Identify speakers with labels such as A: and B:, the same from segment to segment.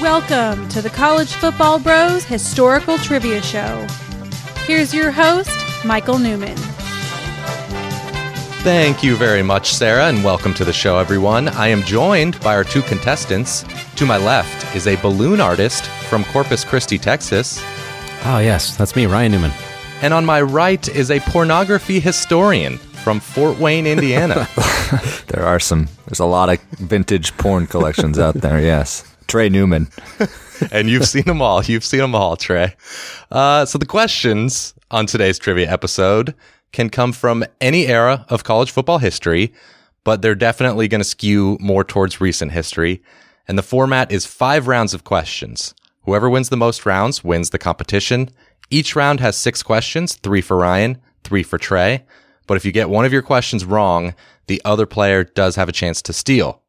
A: welcome to the College Football Bros Historical Trivia Show. Here's your host, Michael Newman.
B: Thank you very much, Sarah, and welcome to the show, everyone. I am joined by our two contestants. To my left is a balloon artist from Corpus Christi, Texas.
C: Oh, yes, that's me, Ryan Newman.
B: And on my right is a pornography historian from Fort Wayne, Indiana.
D: There are some. There's a lot of vintage porn collections out there. Yes, Trey Newman.
B: and you've seen them all. You've seen them all, Trey. Uh, so the questions on today's trivia episode can come from any era of college football history, but they're definitely going to skew more towards recent history. And the format is five rounds of questions. Whoever wins the most rounds wins the competition. Each round has six questions, three for Ryan, three for Trey. But if you get one of your questions wrong, the other player does have a chance to steal.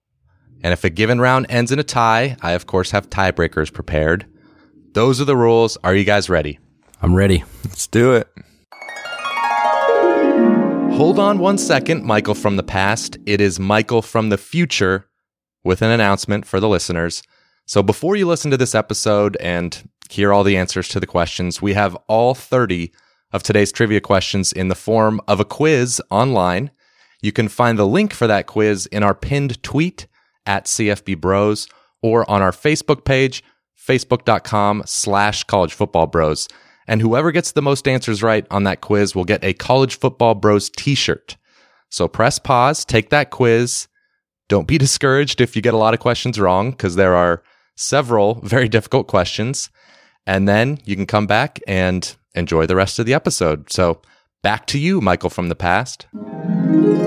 B: And if a given round ends in a tie, I of course have tiebreakers prepared. Those are the rules. Are you guys ready?
C: I'm ready.
D: Let's do it.
B: Hold on one second, Michael from the past. It is Michael from the future with an announcement for the listeners. So before you listen to this episode and hear all the answers to the questions, we have all 30 of today's trivia questions in the form of a quiz online. You can find the link for that quiz in our pinned tweet at CFB Bros or on our Facebook page, facebook.com slash college football bros. And whoever gets the most answers right on that quiz will get a college football bros t shirt. So press pause, take that quiz. Don't be discouraged if you get a lot of questions wrong, because there are several very difficult questions. And then you can come back and enjoy the rest of the episode. So back to you, Michael from the past. All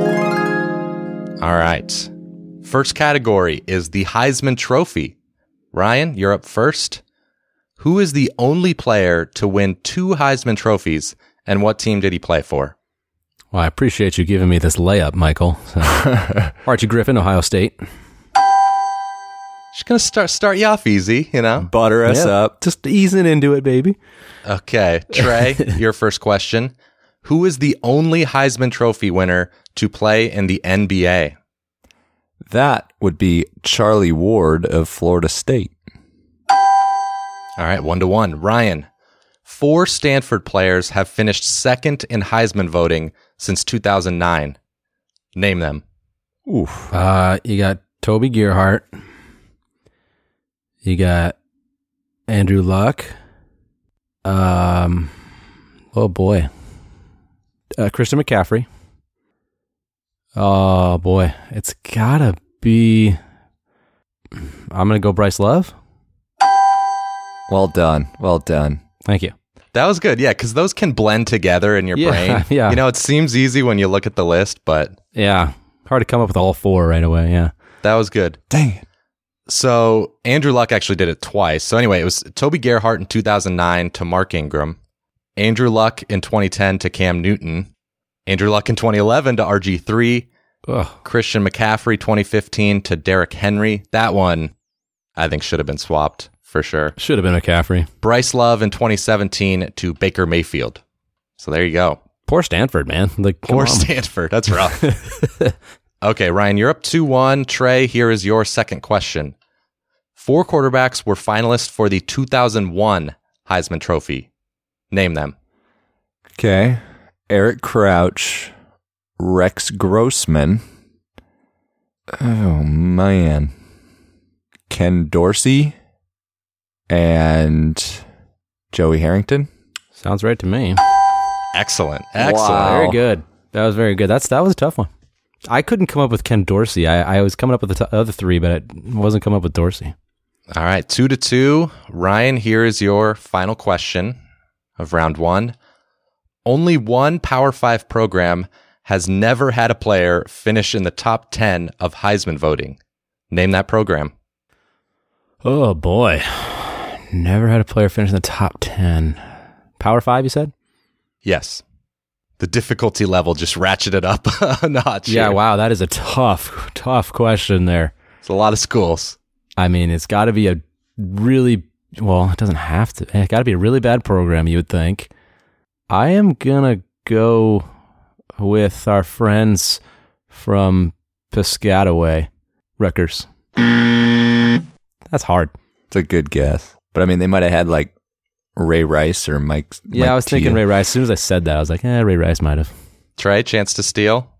B: right. First category is the Heisman Trophy. Ryan, you're up first. Who is the only player to win two Heisman trophies and what team did he play for?
C: Well, I appreciate you giving me this layup, Michael. So, Archie Griffin, Ohio State.
B: Just gonna start start you off easy, you know?
D: Butter us
C: Yeah,
D: up.
C: Just easing into it, baby.
B: Okay, Trey, your first question. Who is the only Heisman Trophy winner to play in the NBA?
D: That would be Charlie Ward of Florida State.
B: All right, one to one. Ryan, four Stanford players have finished second in Heisman voting since 2009. Name them.
D: Oof.
C: Uh, you got Toby Gearhart. You got Andrew Luck. Um, oh boy. Uh, Christian McCaffrey. Oh boy, it's gotta be. I'm gonna go Bryce Love.
D: Well done. Well done.
C: Thank you.
B: That was good. Yeah, because those can blend together in your
C: Yeah,
B: brain.
C: yeah.
B: You know, it seems easy when you look at the list, but
C: Yeah, hard to come up with all four right away. Yeah.
B: that was good.
D: Dang it.
B: So Andrew Luck actually did it twice. So anyway, it was Toby Gerhart in 2009 to Mark Ingram, Andrew Luck in 2010 to Cam Newton, Andrew Luck in 2011 to RG3,
C: Ugh.
B: Christian McCaffrey 2015 to Derrick Henry. That one I think should have been swapped for sure.
C: Should have been McCaffrey.
B: Bryce Love in 2017 to Baker Mayfield. So there you go.
C: Poor Stanford, man. Like, come
B: Or
C: on.
B: Stanford. That's rough. okay, Ryan, you're up 2 1. Trey, here is your second question. Four quarterbacks were finalists for the 2001 Heisman Trophy. Name them.
D: Okay. Eric Crouch, Rex Grossman. Oh man. Ken Dorsey and Joey Harrington.
C: Sounds right to me.
B: Excellent. Excellent.
D: Wow.
C: Very good. That was very good. That's that was a tough one. I couldn't come up with Ken Dorsey. I, I was coming up with the t- other three, but I wasn't coming up with Dorsey.
B: All right, two to two. Ryan, here is your final question of round one. Only one Power Five program has never had a player finish in the top 10 of Heisman voting. Name that program.
C: Oh boy, never had a player finish in the top ten. Power five, you said?
B: Yes. The difficulty level just ratcheted up a notch.
C: Yeah.
B: here.
C: Wow, that is a tough, tough question there.
B: It's a lot of schools.
C: I mean, it's got to be a really well. It doesn't have to. eh, It got to be a really bad program, you would think. I am gonna go with our friends from Piscataway, Rutgers. That's hard.
D: It's a good guess. But I mean, they might have had like Ray Rice or Mike.
C: Yeah, I was thinking Ray Rice. As soon as I said that, I was like, eh, Ray Rice might have.
B: Trey, chance to steal.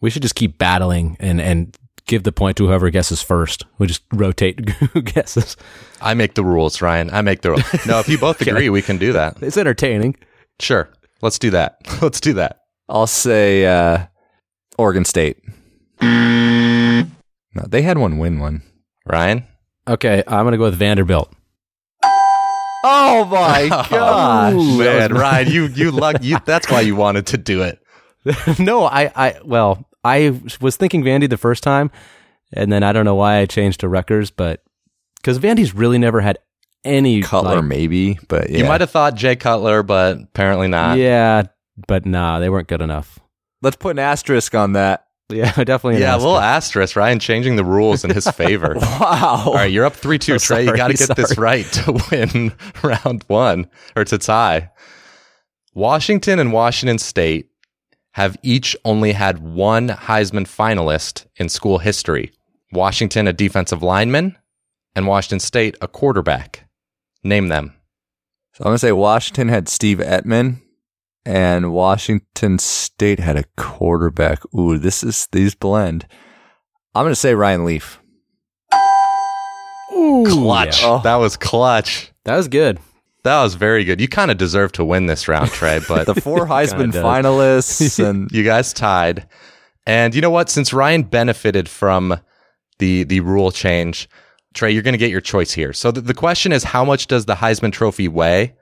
C: We should just keep battling and, and give the point to whoever guesses first. We just rotate who guesses.
B: I make the rules, Ryan. I make the rules. No, if you both agree, we can do that.
C: It's entertaining.
B: Sure. Let's do that. Let's do that.
D: I'll say uh, Oregon State. No, they had one win one.
B: Ryan?
C: Okay, I'm going to go with Vanderbilt.
D: Oh my
B: Ooh, Oh, man, Ryan, you you luck you that's why you wanted to do it.
C: no, I, I, well, I was thinking Vandy the first time, and then I don't know why I changed to Rutgers, but because Vandy's really never had any
D: Cutler
C: like-
D: maybe, but yeah.
B: You might have thought Jay Cutler, but apparently not.
C: yeah, but nah, they weren't good enough.
D: Let's put an asterisk on that.
C: Yeah, definitely. an
B: Yeah, a
C: asterisk.
B: little asterisk, Ryan changing the rules in his favor.
D: Wow.
B: All right, you're up 3 2,
C: I'm
B: Trey. you
C: sorry,
B: got to get this right to win round one or to tie. Washington and Washington State have each only had one Heisman finalist in school history Washington, a defensive lineman, and Washington State, a quarterback. Name them.
D: So I'm gonna say Washington had Steve Etman, and Washington State had a quarterback. Ooh, this is these blend. I'm gonna say Ryan Leaf.
B: Clutch.
C: yeah.
B: That was clutch.
C: That was good.
B: That was very good. You kind of deserve to win this round, Trey, but
D: The four Heisman
C: does.
D: finalists, and
B: you guys tied. And you know what? Since Ryan benefited from the the rule change, Trey, you're going to get your choice here. So the, the question is, how much does the Heisman Trophy weigh?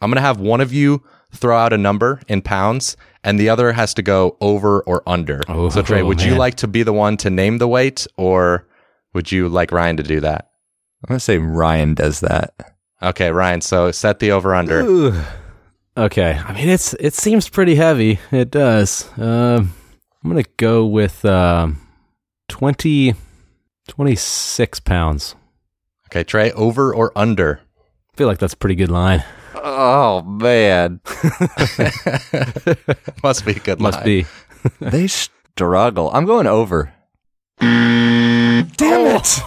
B: I'm going to have one of you throw out a number in pounds, and the other has to go over or under.
C: Oh,
B: so Trey, would you
C: man.
B: like to be the one to name the weight, or would you like Ryan to do that?
D: I'm gonna say Ryan does that.
B: Okay, Ryan. So set the over under.
C: Okay, I mean it's it seems pretty heavy. It does. Um, I'm gonna go with um, 20, 26 pounds.
B: Okay, Trey, over or under?
C: I feel like that's a pretty good line.
D: Oh man,
B: Must be a good
C: Must
B: line.
C: be.
D: they struggle. I'm going over. Damn it!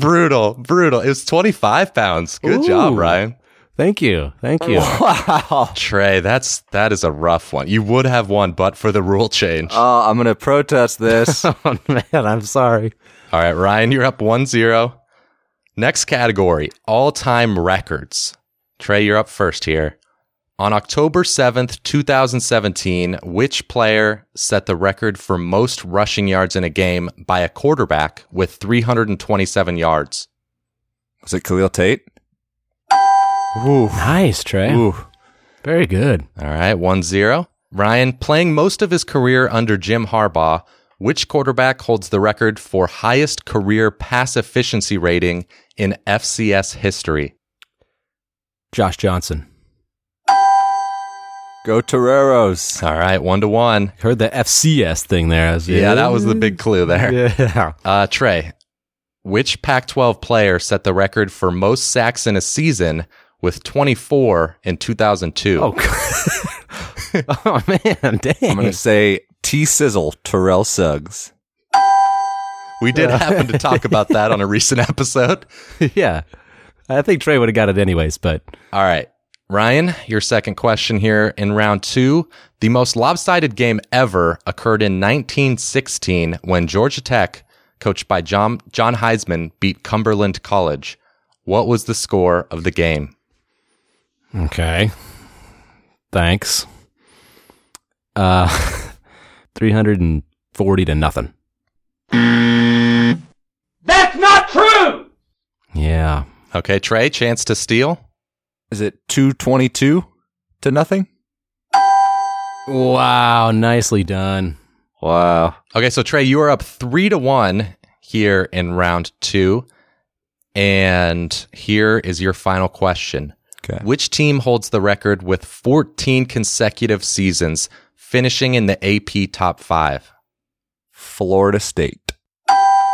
B: brutal, brutal. It was 25 pounds. Good
C: Ooh.
B: job, Ryan.
C: Thank you. Thank you.
D: Wow.
B: Trey, that's that is a rough one. You would have won, but for the rule change.
D: Oh, I'm gonna protest this.
C: oh man, I'm sorry.
B: All right, Ryan, you're up 1-0. Next category, all-time records. Trey, you're up first here. On October 7th, 2017, which player set the record for most rushing yards in a game by a quarterback with 327 yards?
D: Was it Khalil Tate?
C: Nice, Trey.
D: Ooh.
C: Very good.
B: All right, 1 0. Ryan, playing most of his career under Jim Harbaugh, which quarterback holds the record for highest career pass efficiency rating in FCS history?
C: Josh Johnson.
D: Go Toreros.
B: All right, 1 to 1.
C: Heard the FCS thing there. I was-
B: Yeah, that was the big clue there.
C: Yeah.
B: Uh, Trey, which Pac 12 player set the record for most sacks in a season with 24 in 2002?
C: Oh, God. oh man,
D: I'm gonna
C: dang.
D: say T Sizzle Terrell Suggs.
B: We did happen to talk about that on a recent episode.
C: yeah. I think Trey would have got it anyways, but
B: All right. Ryan, your second question here in round two. The most lopsided game ever occurred in 1916 when Georgia Tech, coached by John, John Heisman, beat Cumberland College. What was the score of the game?
C: okay. Thanks. Uh 340 to nothing.
E: That's not true!
C: Yeah.
B: Okay, Trey, chance to steal.
D: Is it two twenty two to nothing?
C: Wow, nicely done.
D: Wow.
B: Okay, so Trey, you are up three to one here in round two. And here is your final question.
D: Okay.
B: Which team holds the record with 14 consecutive seasons finishing in the AP top five?
D: Florida State.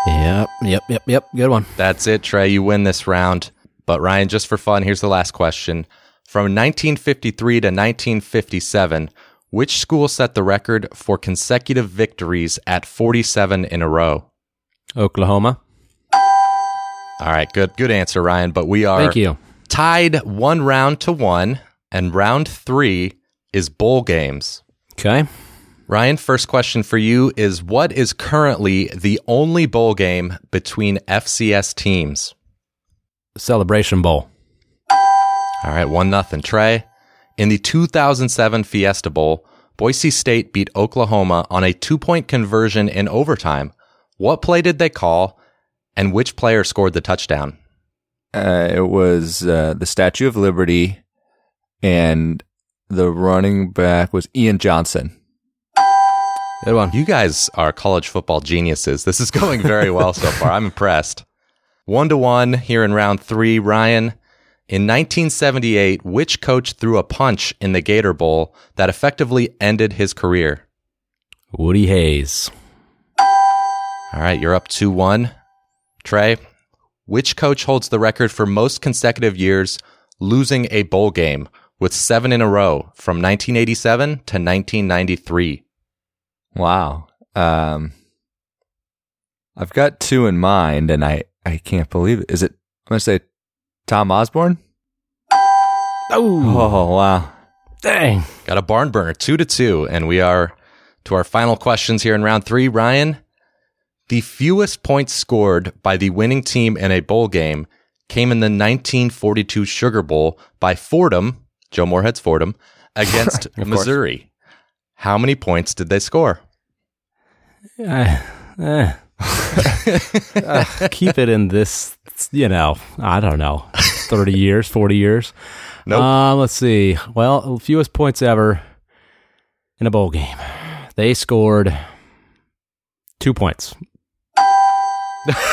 C: Yep, yep, yep, yep. Good one.
B: That's it, Trey. You win this round. But Ryan, just for fun, here's the last question. From 1953 to 1957, which school set the record for consecutive victories at 47 in a row?
C: Oklahoma.
B: All right, good good answer, Ryan. But we are
C: Thank you.
B: tied one round to one, and round three is bowl games.
C: Okay.
B: Ryan, first question for you is what is currently the only bowl game between FCS teams?
C: Celebration Bowl.
B: All right, one nothing. Trey, in the 2007 Fiesta Bowl, Boise State beat Oklahoma on a two point conversion in overtime. What play did they call, and which player scored the touchdown?
D: Uh, it was uh, the Statue of Liberty, and the running back was Ian Johnson.
C: Good one.
B: You guys are college football geniuses. This is going very well so far. I'm impressed. One to one here in round three. Ryan, in 1978, which coach threw a punch in the Gator Bowl that effectively ended his career?
C: Woody Hayes.
B: All right, you're up 2 1. Trey, which coach holds the record for most consecutive years losing a bowl game with seven in a row from 1987 to 1993?
D: Wow. Um, I've got two in mind, and I, I can't believe it. Is it, I'm going to say Tom Osborne?
C: Oh,
D: Oh, wow.
C: dang.
B: Got a barn burner, 2 to 2. And we are to our final questions here in round three. Ryan, the fewest points scored by the winning team in a bowl game came in the 1942 Sugar Bowl by Fordham, Joe Moorhead's Fordham, against Missouri. How many points did they score?
C: Uh, eh. Uh, keep it in this, you know, I don't know, 30 years, 40 years.
B: Nope.
C: Uh, let's see. Well, fewest points ever in a bowl game. They scored two points.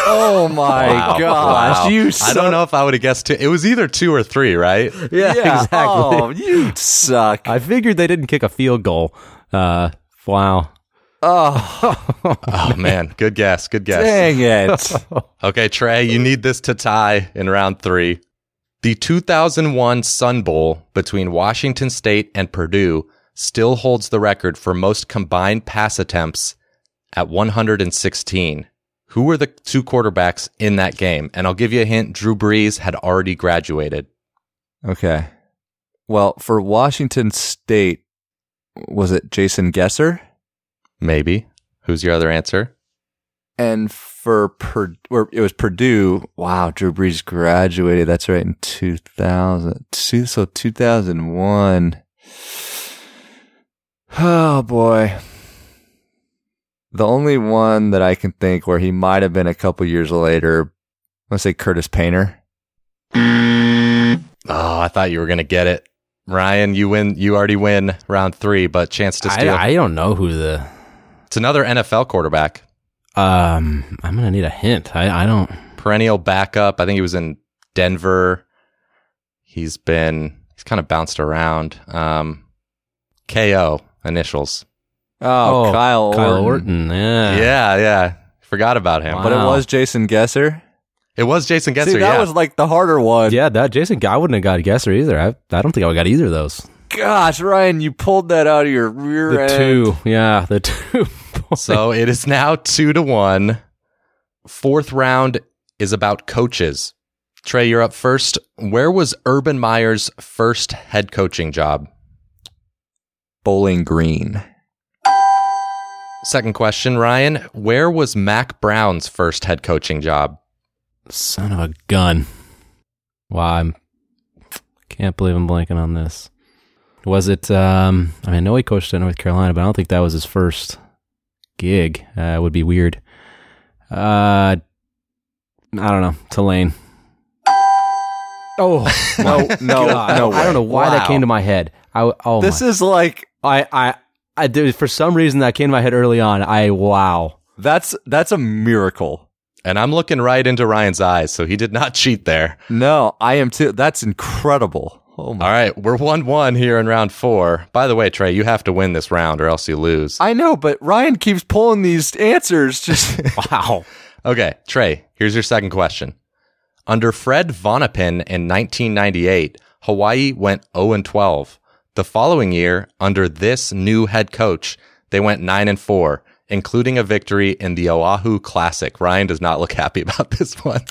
D: Oh, my
B: Wow.
D: gosh.
B: Wow.
D: You
B: I
D: suck.
B: don't know if I would have guessed two. It was either two or three, right?
D: Yeah,
C: exactly.
D: Oh, you suck.
C: I figured they didn't kick a field goal. Uh, wow.
D: Oh,
B: Oh man, good guess, good guess.
D: dang it.
B: Okay, Trey, you need this to tie in round three. The 2001 Sun Bowl between Washington State and Purdue still holds the record for most combined pass attempts at 116. Who were the two quarterbacks in that game? And I'll give you a hint Drew Brees had already graduated.
D: Okay. Well, for Washington State, was it Jason Gesser?
B: Maybe. Who's your other answer?
D: And for Purdue, or it was Purdue. Wow, Drew Brees graduated. That's right in 2000. Two- So 2001. Oh boy. The only one that I can think where he might have been a couple years later, let's say Curtis Painter.
B: Oh, I thought you were going to get it. Ryan, you win. You already win round three, but chance to
C: I,
B: steal.
C: I don't know who the.
B: it's another NFL quarterback,
C: Um, I'm gonna need a hint. I, I don't.
B: perennial backup. I think he was in Denver. He's been, he's kind of bounced around. Um, KO initials.
D: Oh, Kyle,
C: Kyle
D: Orton.
C: Orton. Yeah.
B: Yeah, yeah. Forgot about him.
C: Wow.
D: But it was Jason Gesser.
B: It was Jason Gesser.
D: See, that
B: yeah.
D: was like the harder one.
C: Yeah, that Jason. I wouldn't have got guesser either. I, I don't think I got either of those.
D: Gosh, Ryan, you pulled that out of your rear
C: The
D: end.
C: two, yeah, the two.
B: So it is now two to one. Fourth round is about coaches. Trey, you're up first. Where was Urban Meyer's first head coaching job?
D: Bowling Green.
B: Second question, Ryan. Where was Mac Brown's first head coaching job?
C: Son of a gun. Wow, I'm. Can't believe I'm blanking on this. Was it? Um, I mean, I know he coached at North Carolina, but I don't think that was his first gig. Uh, it would be weird. Uh, I don't know. Tulane. Oh
D: No, no,
C: God.
D: no.
C: I don't know why that came to my head. I w- oh
D: This
C: my.
D: is like
C: I I I did for some reason that came to my head early on. I wow.
D: that's that's a miracle.
B: And I'm looking right into Ryan's eyes, so he did not cheat there.
D: No, I am too. That's incredible. Oh my!
B: All right, we're 1 1 here in round four. By the way, Trey, you have to win this round or else you lose.
D: I know, but Ryan keeps pulling these answers. Just
C: Wow.
B: Okay, Trey, here's your second question. Under Fred Vonapin in 1998, Hawaii went 0 and 12. The following year, under this new head coach, they went 9 and 4, including a victory in the Oahu Classic. Ryan does not look happy about this one.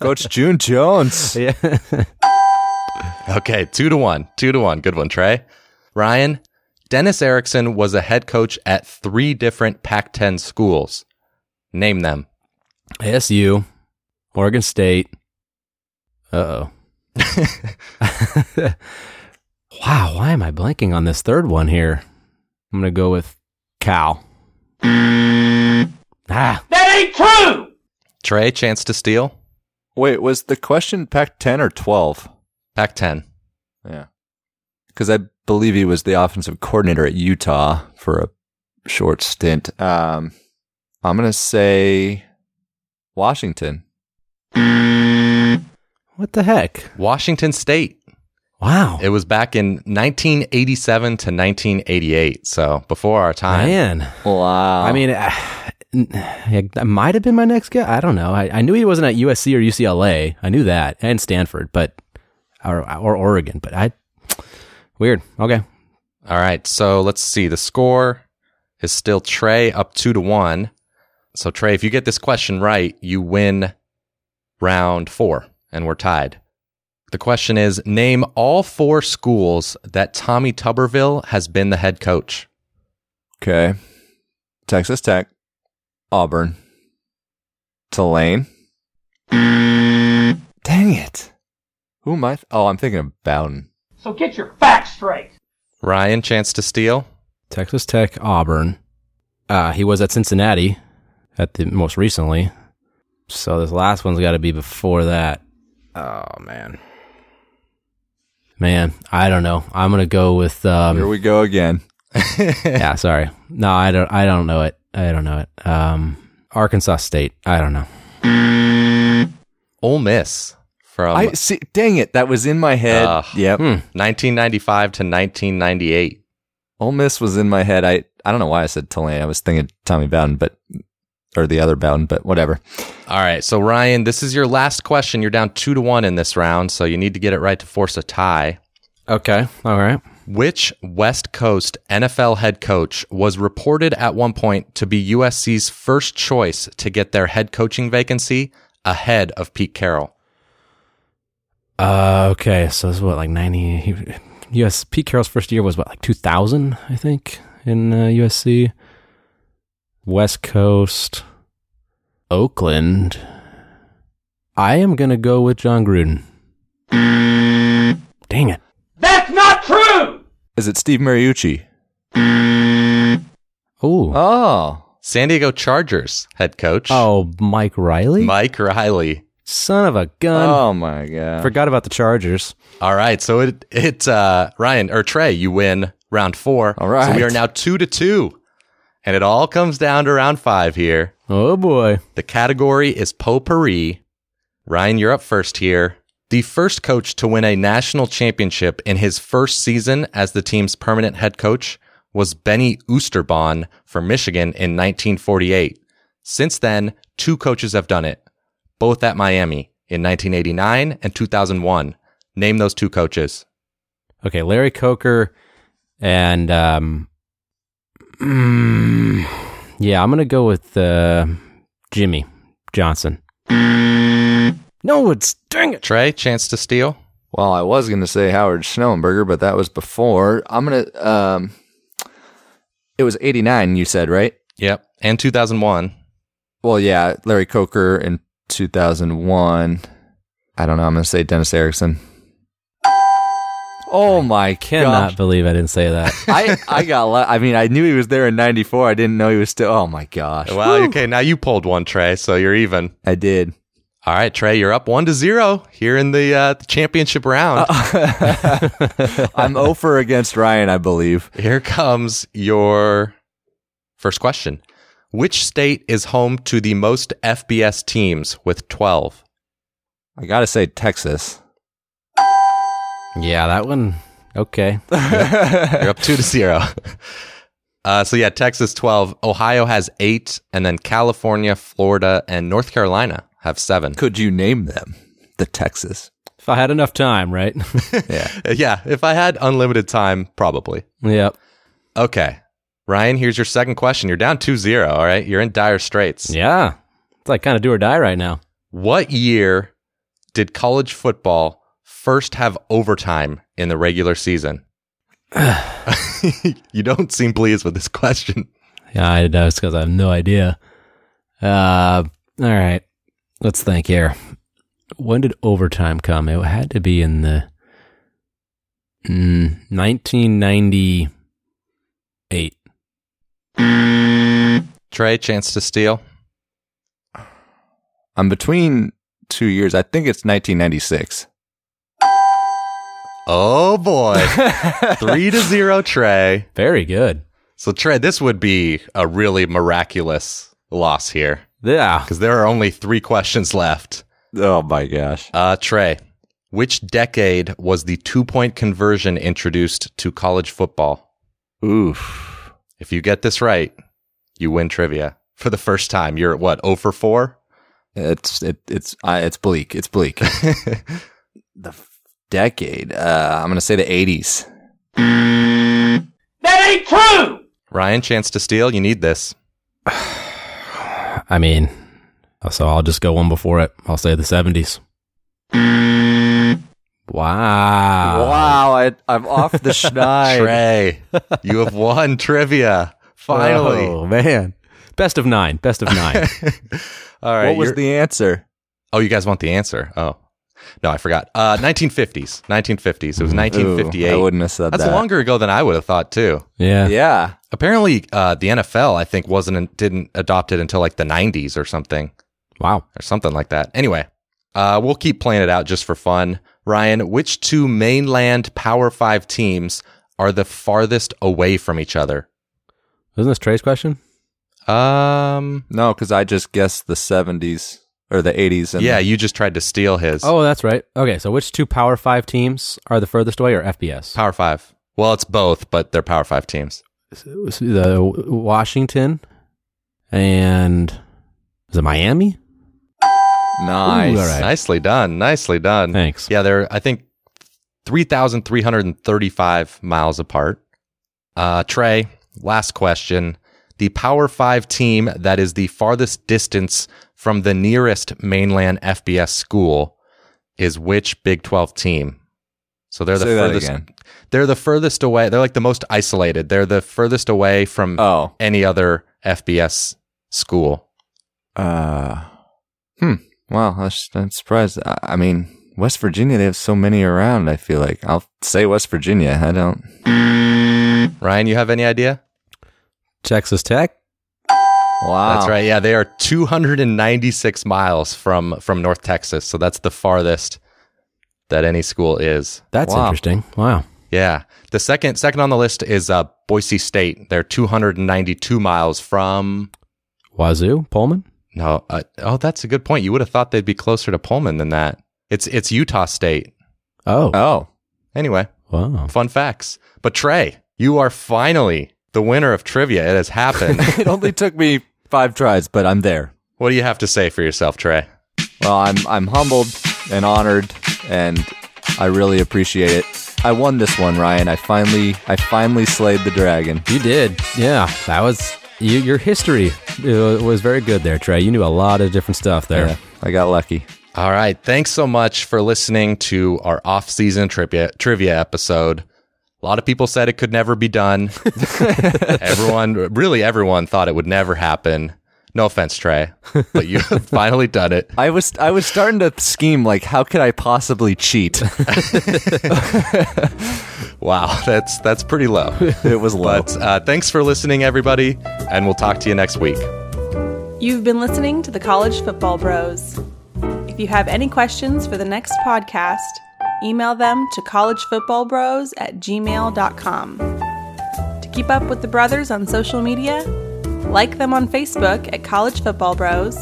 D: Coach June Jones.
C: Yeah.
B: Okay, two to one. Two to one. Good one, Trey. Ryan, Dennis Erickson was a head coach at three different Pac 10 schools. Name them.
C: ASU, Oregon State. Uh oh. wow, why am I blanking on this third one here? I'm gonna go with Cal. Ah,
E: That ain't true!
B: Trey, chance to steal.
D: Wait, was the question Pac 10 or 12?
B: Pac 10.
D: Yeah. Because I believe he was the offensive coordinator at Utah for a short stint. Um, I'm going to say Washington.
C: what the heck?
B: Washington State.
C: Wow,
B: It was back in 1987 to 1988. So before our time.
C: man.
D: Wow.
C: I mean, I, that might have been my next guy. I don't know. I, I knew he wasn't at USC or UCLA. I knew that and Stanford, but or or Oregon. But I weird. Okay,
B: All right. So let's see. The score is still Trey up two to one. So, Trey, if you get this question right, you win round four and we're tied. The question is name all four schools that Tommy Tuberville has been the head coach.
D: okay. Texas Tech, Auburn, Tulane. Dang it. Who am I? Th- oh, I'm thinking of Bowden.
E: So get your facts straight.
B: Ryan, chance to steal.
C: Texas Tech, Auburn. Uh, he was at Cincinnati at the most recently. So this last one's got to be before that. Oh man, man, I don't know. I'm gonna go with um,
D: Here we go again.
C: yeah, sorry. No, I don't. I don't know it. I don't know it. Um, Arkansas State. I don't know.
B: Ole Miss from
D: I see. Dang it, that was in my head.
B: Ugh.
D: yep.
C: Hmm.
B: 1995 to 1998.
D: Ole Miss was in my head. I I don't know why I said Tulane. I was thinking Tommy Bowden, but or the other Bowden, but whatever.
B: All right. So, Ryan, this is your last question. You're down two to one in this round. So, you need to get it right to force a tie.
C: Okay. All right.
B: Which West Coast NFL head coach was reported at one point to be USC's first choice to get their head coaching vacancy ahead of Pete Carroll?
C: Uh, okay. So this is what like ninety. He, US Pete Carroll's first year was what like two thousand, I think, in uh, USC. West Coast, Oakland. I am gonna go with John Gruden. Dang it!
E: That's not true!
D: Is it Steve Mariucci?
C: Ooh. Oh,
D: Oh,
B: San Diego Chargers head coach
C: Mike Riley.
B: Mike Riley.
C: Son of a gun!
D: oh my god!
C: Forgot about the Chargers.
B: All right, so it it uh, Ryan or Trey, you win round four.
D: All right.
B: so we are now two to two, and it all comes down to round five here.
C: Oh boy.
B: The category is potpourri. Ryan, you're up first here. The first coach to win a national championship in his first season as the team's permanent head coach was Benny Oosterbahn for Michigan in 1948. Since then, two coaches have done it, both at Miami in 1989 and 2001. Name those two coaches.
C: Okay, Larry Coker and um mm, yeah, I'm going to go with uh, Jimmy Johnson. No, it's dang it.
B: Trey, chance to steal.
D: Well, I was going to say Howard Schnellenberger, but that was before. I'm gonna. Um, it was '89. You said right?
B: Yep. And 2001.
D: Well, yeah, Larry Coker in 2001. I don't know. I'm gonna say Dennis Erickson. Oh my
C: Cannot
D: gosh.
C: believe I didn't say that.
D: I, I got lu- I mean I knew he was there in 94 I didn't know he was still oh my gosh
B: Well, okay, now you pulled one, Trey, so you're even.
D: I did
B: All right, Trey, you're up one to zero here in the, uh, the championship round.
D: I'm over against Ryan I believe
B: Here comes your first question. Which state is home to the most FBS teams with 12?
D: I gotta say Texas
C: yeah, that one. Okay.
B: You're up two to zero. Uh, so, yeah, Texas 12, Ohio has eight, and then California, Florida, and North Carolina have seven.
D: could you name them the Texas
C: If I had enough time, right?
D: yeah
B: Uh, Yeah, if I had unlimited time, probably.
C: yep.
B: Okay. Ryan, here's your second question. You're down 2 0. All right. You're in dire straits.
C: Yeah. It's like kind of do or die right now.
B: What year did college football first have overtime in the regular season? you don't seem pleased with this question.
C: Yeah, I know. It's because I have no idea. Uh, all right. Let's think here. When did overtime come? It had to be in the mm, 1998.
B: Trey, chance to steal.
D: I'm Um, between two years. I think it's 1996.
B: Oh boy. Three to zero, Trey.
C: Very good.
B: So, Trey, this would be a really miraculous loss here
C: Yeah.
B: because there are only three questions left.
D: Oh my gosh.
B: Uh, Trey, which decade was the two point conversion introduced to college football?
D: Oof.
B: If you get this right, you win trivia for the first time. You're at what, 0 for 4?
D: It's it, it's I, it's bleak. It's bleak. the f- decade. Uh, I'm gonna say the 80s.
E: That ain't true!
B: Ryan, chance to steal. You need this.
C: I mean, so I'll just go one before it. I'll say the 70s. Wow.
D: wow, I, I'm off the schneid.
B: Trey, you have won trivia. Finally.
C: Oh, man. Best of nine. Best of nine.
B: All right.
D: what was
B: you're-
D: the answer?
B: Oh, you guys want the answer? Oh, no, I forgot. Uh, 1950s. 1950s. It was
D: Ooh,
B: 1958.
D: I wouldn't have said
B: That's
D: that.
B: longer ago than I would have thought too.
C: yeah.
D: Yeah.
B: Apparently, uh, the NFL I think wasn't didn't adopt it until like the 90s or something
C: Wow.
B: or something like that. Anyway, uh, we'll keep playing it out just for fun. Ryan, which two mainland Power Five teams are the farthest away from each other?
C: Isn't this Trey's question?
B: Um,
D: No, because I just guessed the 70s or the 80s. And
B: yeah, you just tried to steal his
C: Oh, that's right. Okay, so which two Power Five teams are the furthest away, or FBS?
B: Power Five. Well, it's both, but they're Power Five teams.
C: The Washington and is it Miami?
D: Nice.
C: Ooh, all right.
B: Nicely done. Nicely done.
C: Thanks.
B: Yeah, they're I think three thousand three hundred and thirty-five miles apart. Uh, Trey, last question: the Power Five team that is the farthest distance from the nearest mainland FBS school is which Big Twelve team? So they're the
D: Say that
B: furthest.
D: again.
B: They're the furthest away. They're like the most isolated. They're the furthest away from
D: Oh.
B: any other FBS school.
D: Uh, hmm. Wow. I was- I'm surprised. I, I mean, West Virginia, they have so many around, I feel like. I'll say West Virginia. I don't.
B: Ryan, you have any idea?
C: Texas Tech.
D: Wow.
B: That's right. Yeah, they are 296 miles from from North Texas, so that's the farthest that any school is.
C: That's
D: Wow.
C: interesting. Wow.
B: Yeah. The second second on the list is uh, Boise State. They're 292 miles from.
C: Wazoo, Pullman.
B: No. Uh, oh, that's a good point. You would have thought they'd be closer to Pullman than that. It's it's Utah State.
C: Oh,
D: Oh.
B: Anyway,
C: wow.
B: fun facts. But Trey, you are finally the winner of trivia. It has happened.
D: it only took me five tries, but I'm there.
B: what do you have to say for yourself, Trey?
D: Well, I'm, I'm humbled and honored, and I really appreciate it. I won this one, Ryan. I finally, I finally slayed the dragon.
C: You did. Yeah, that was you, your history uh, was very good there, Trey. You knew a lot of different stuff there.
D: Yeah, I got lucky.
B: All right. Thanks so much for listening to our off season trivia, trivia episode. A lot of people said it could never be done. everyone, really, everyone thought it would never happen. No offense, Trey, but you have finally done it.
D: I was I was starting to scheme like how could I possibly cheat?
B: Wow, that's that's pretty low.
D: It was low.
B: But uh, thanks for listening, everybody, and we'll talk to you next week.
A: You've been listening to the College Football Bros. If you have any questions for the next podcast, email them to collegefootballbros at gmail.com. To keep up with the brothers on social media, like them on Facebook at College Football Bros,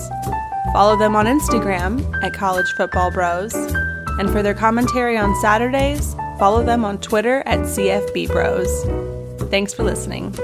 A: follow them on Instagram at College Football Bros, and for their commentary on Saturdays, follow them on Twitter at CFB Bros. Thanks for listening.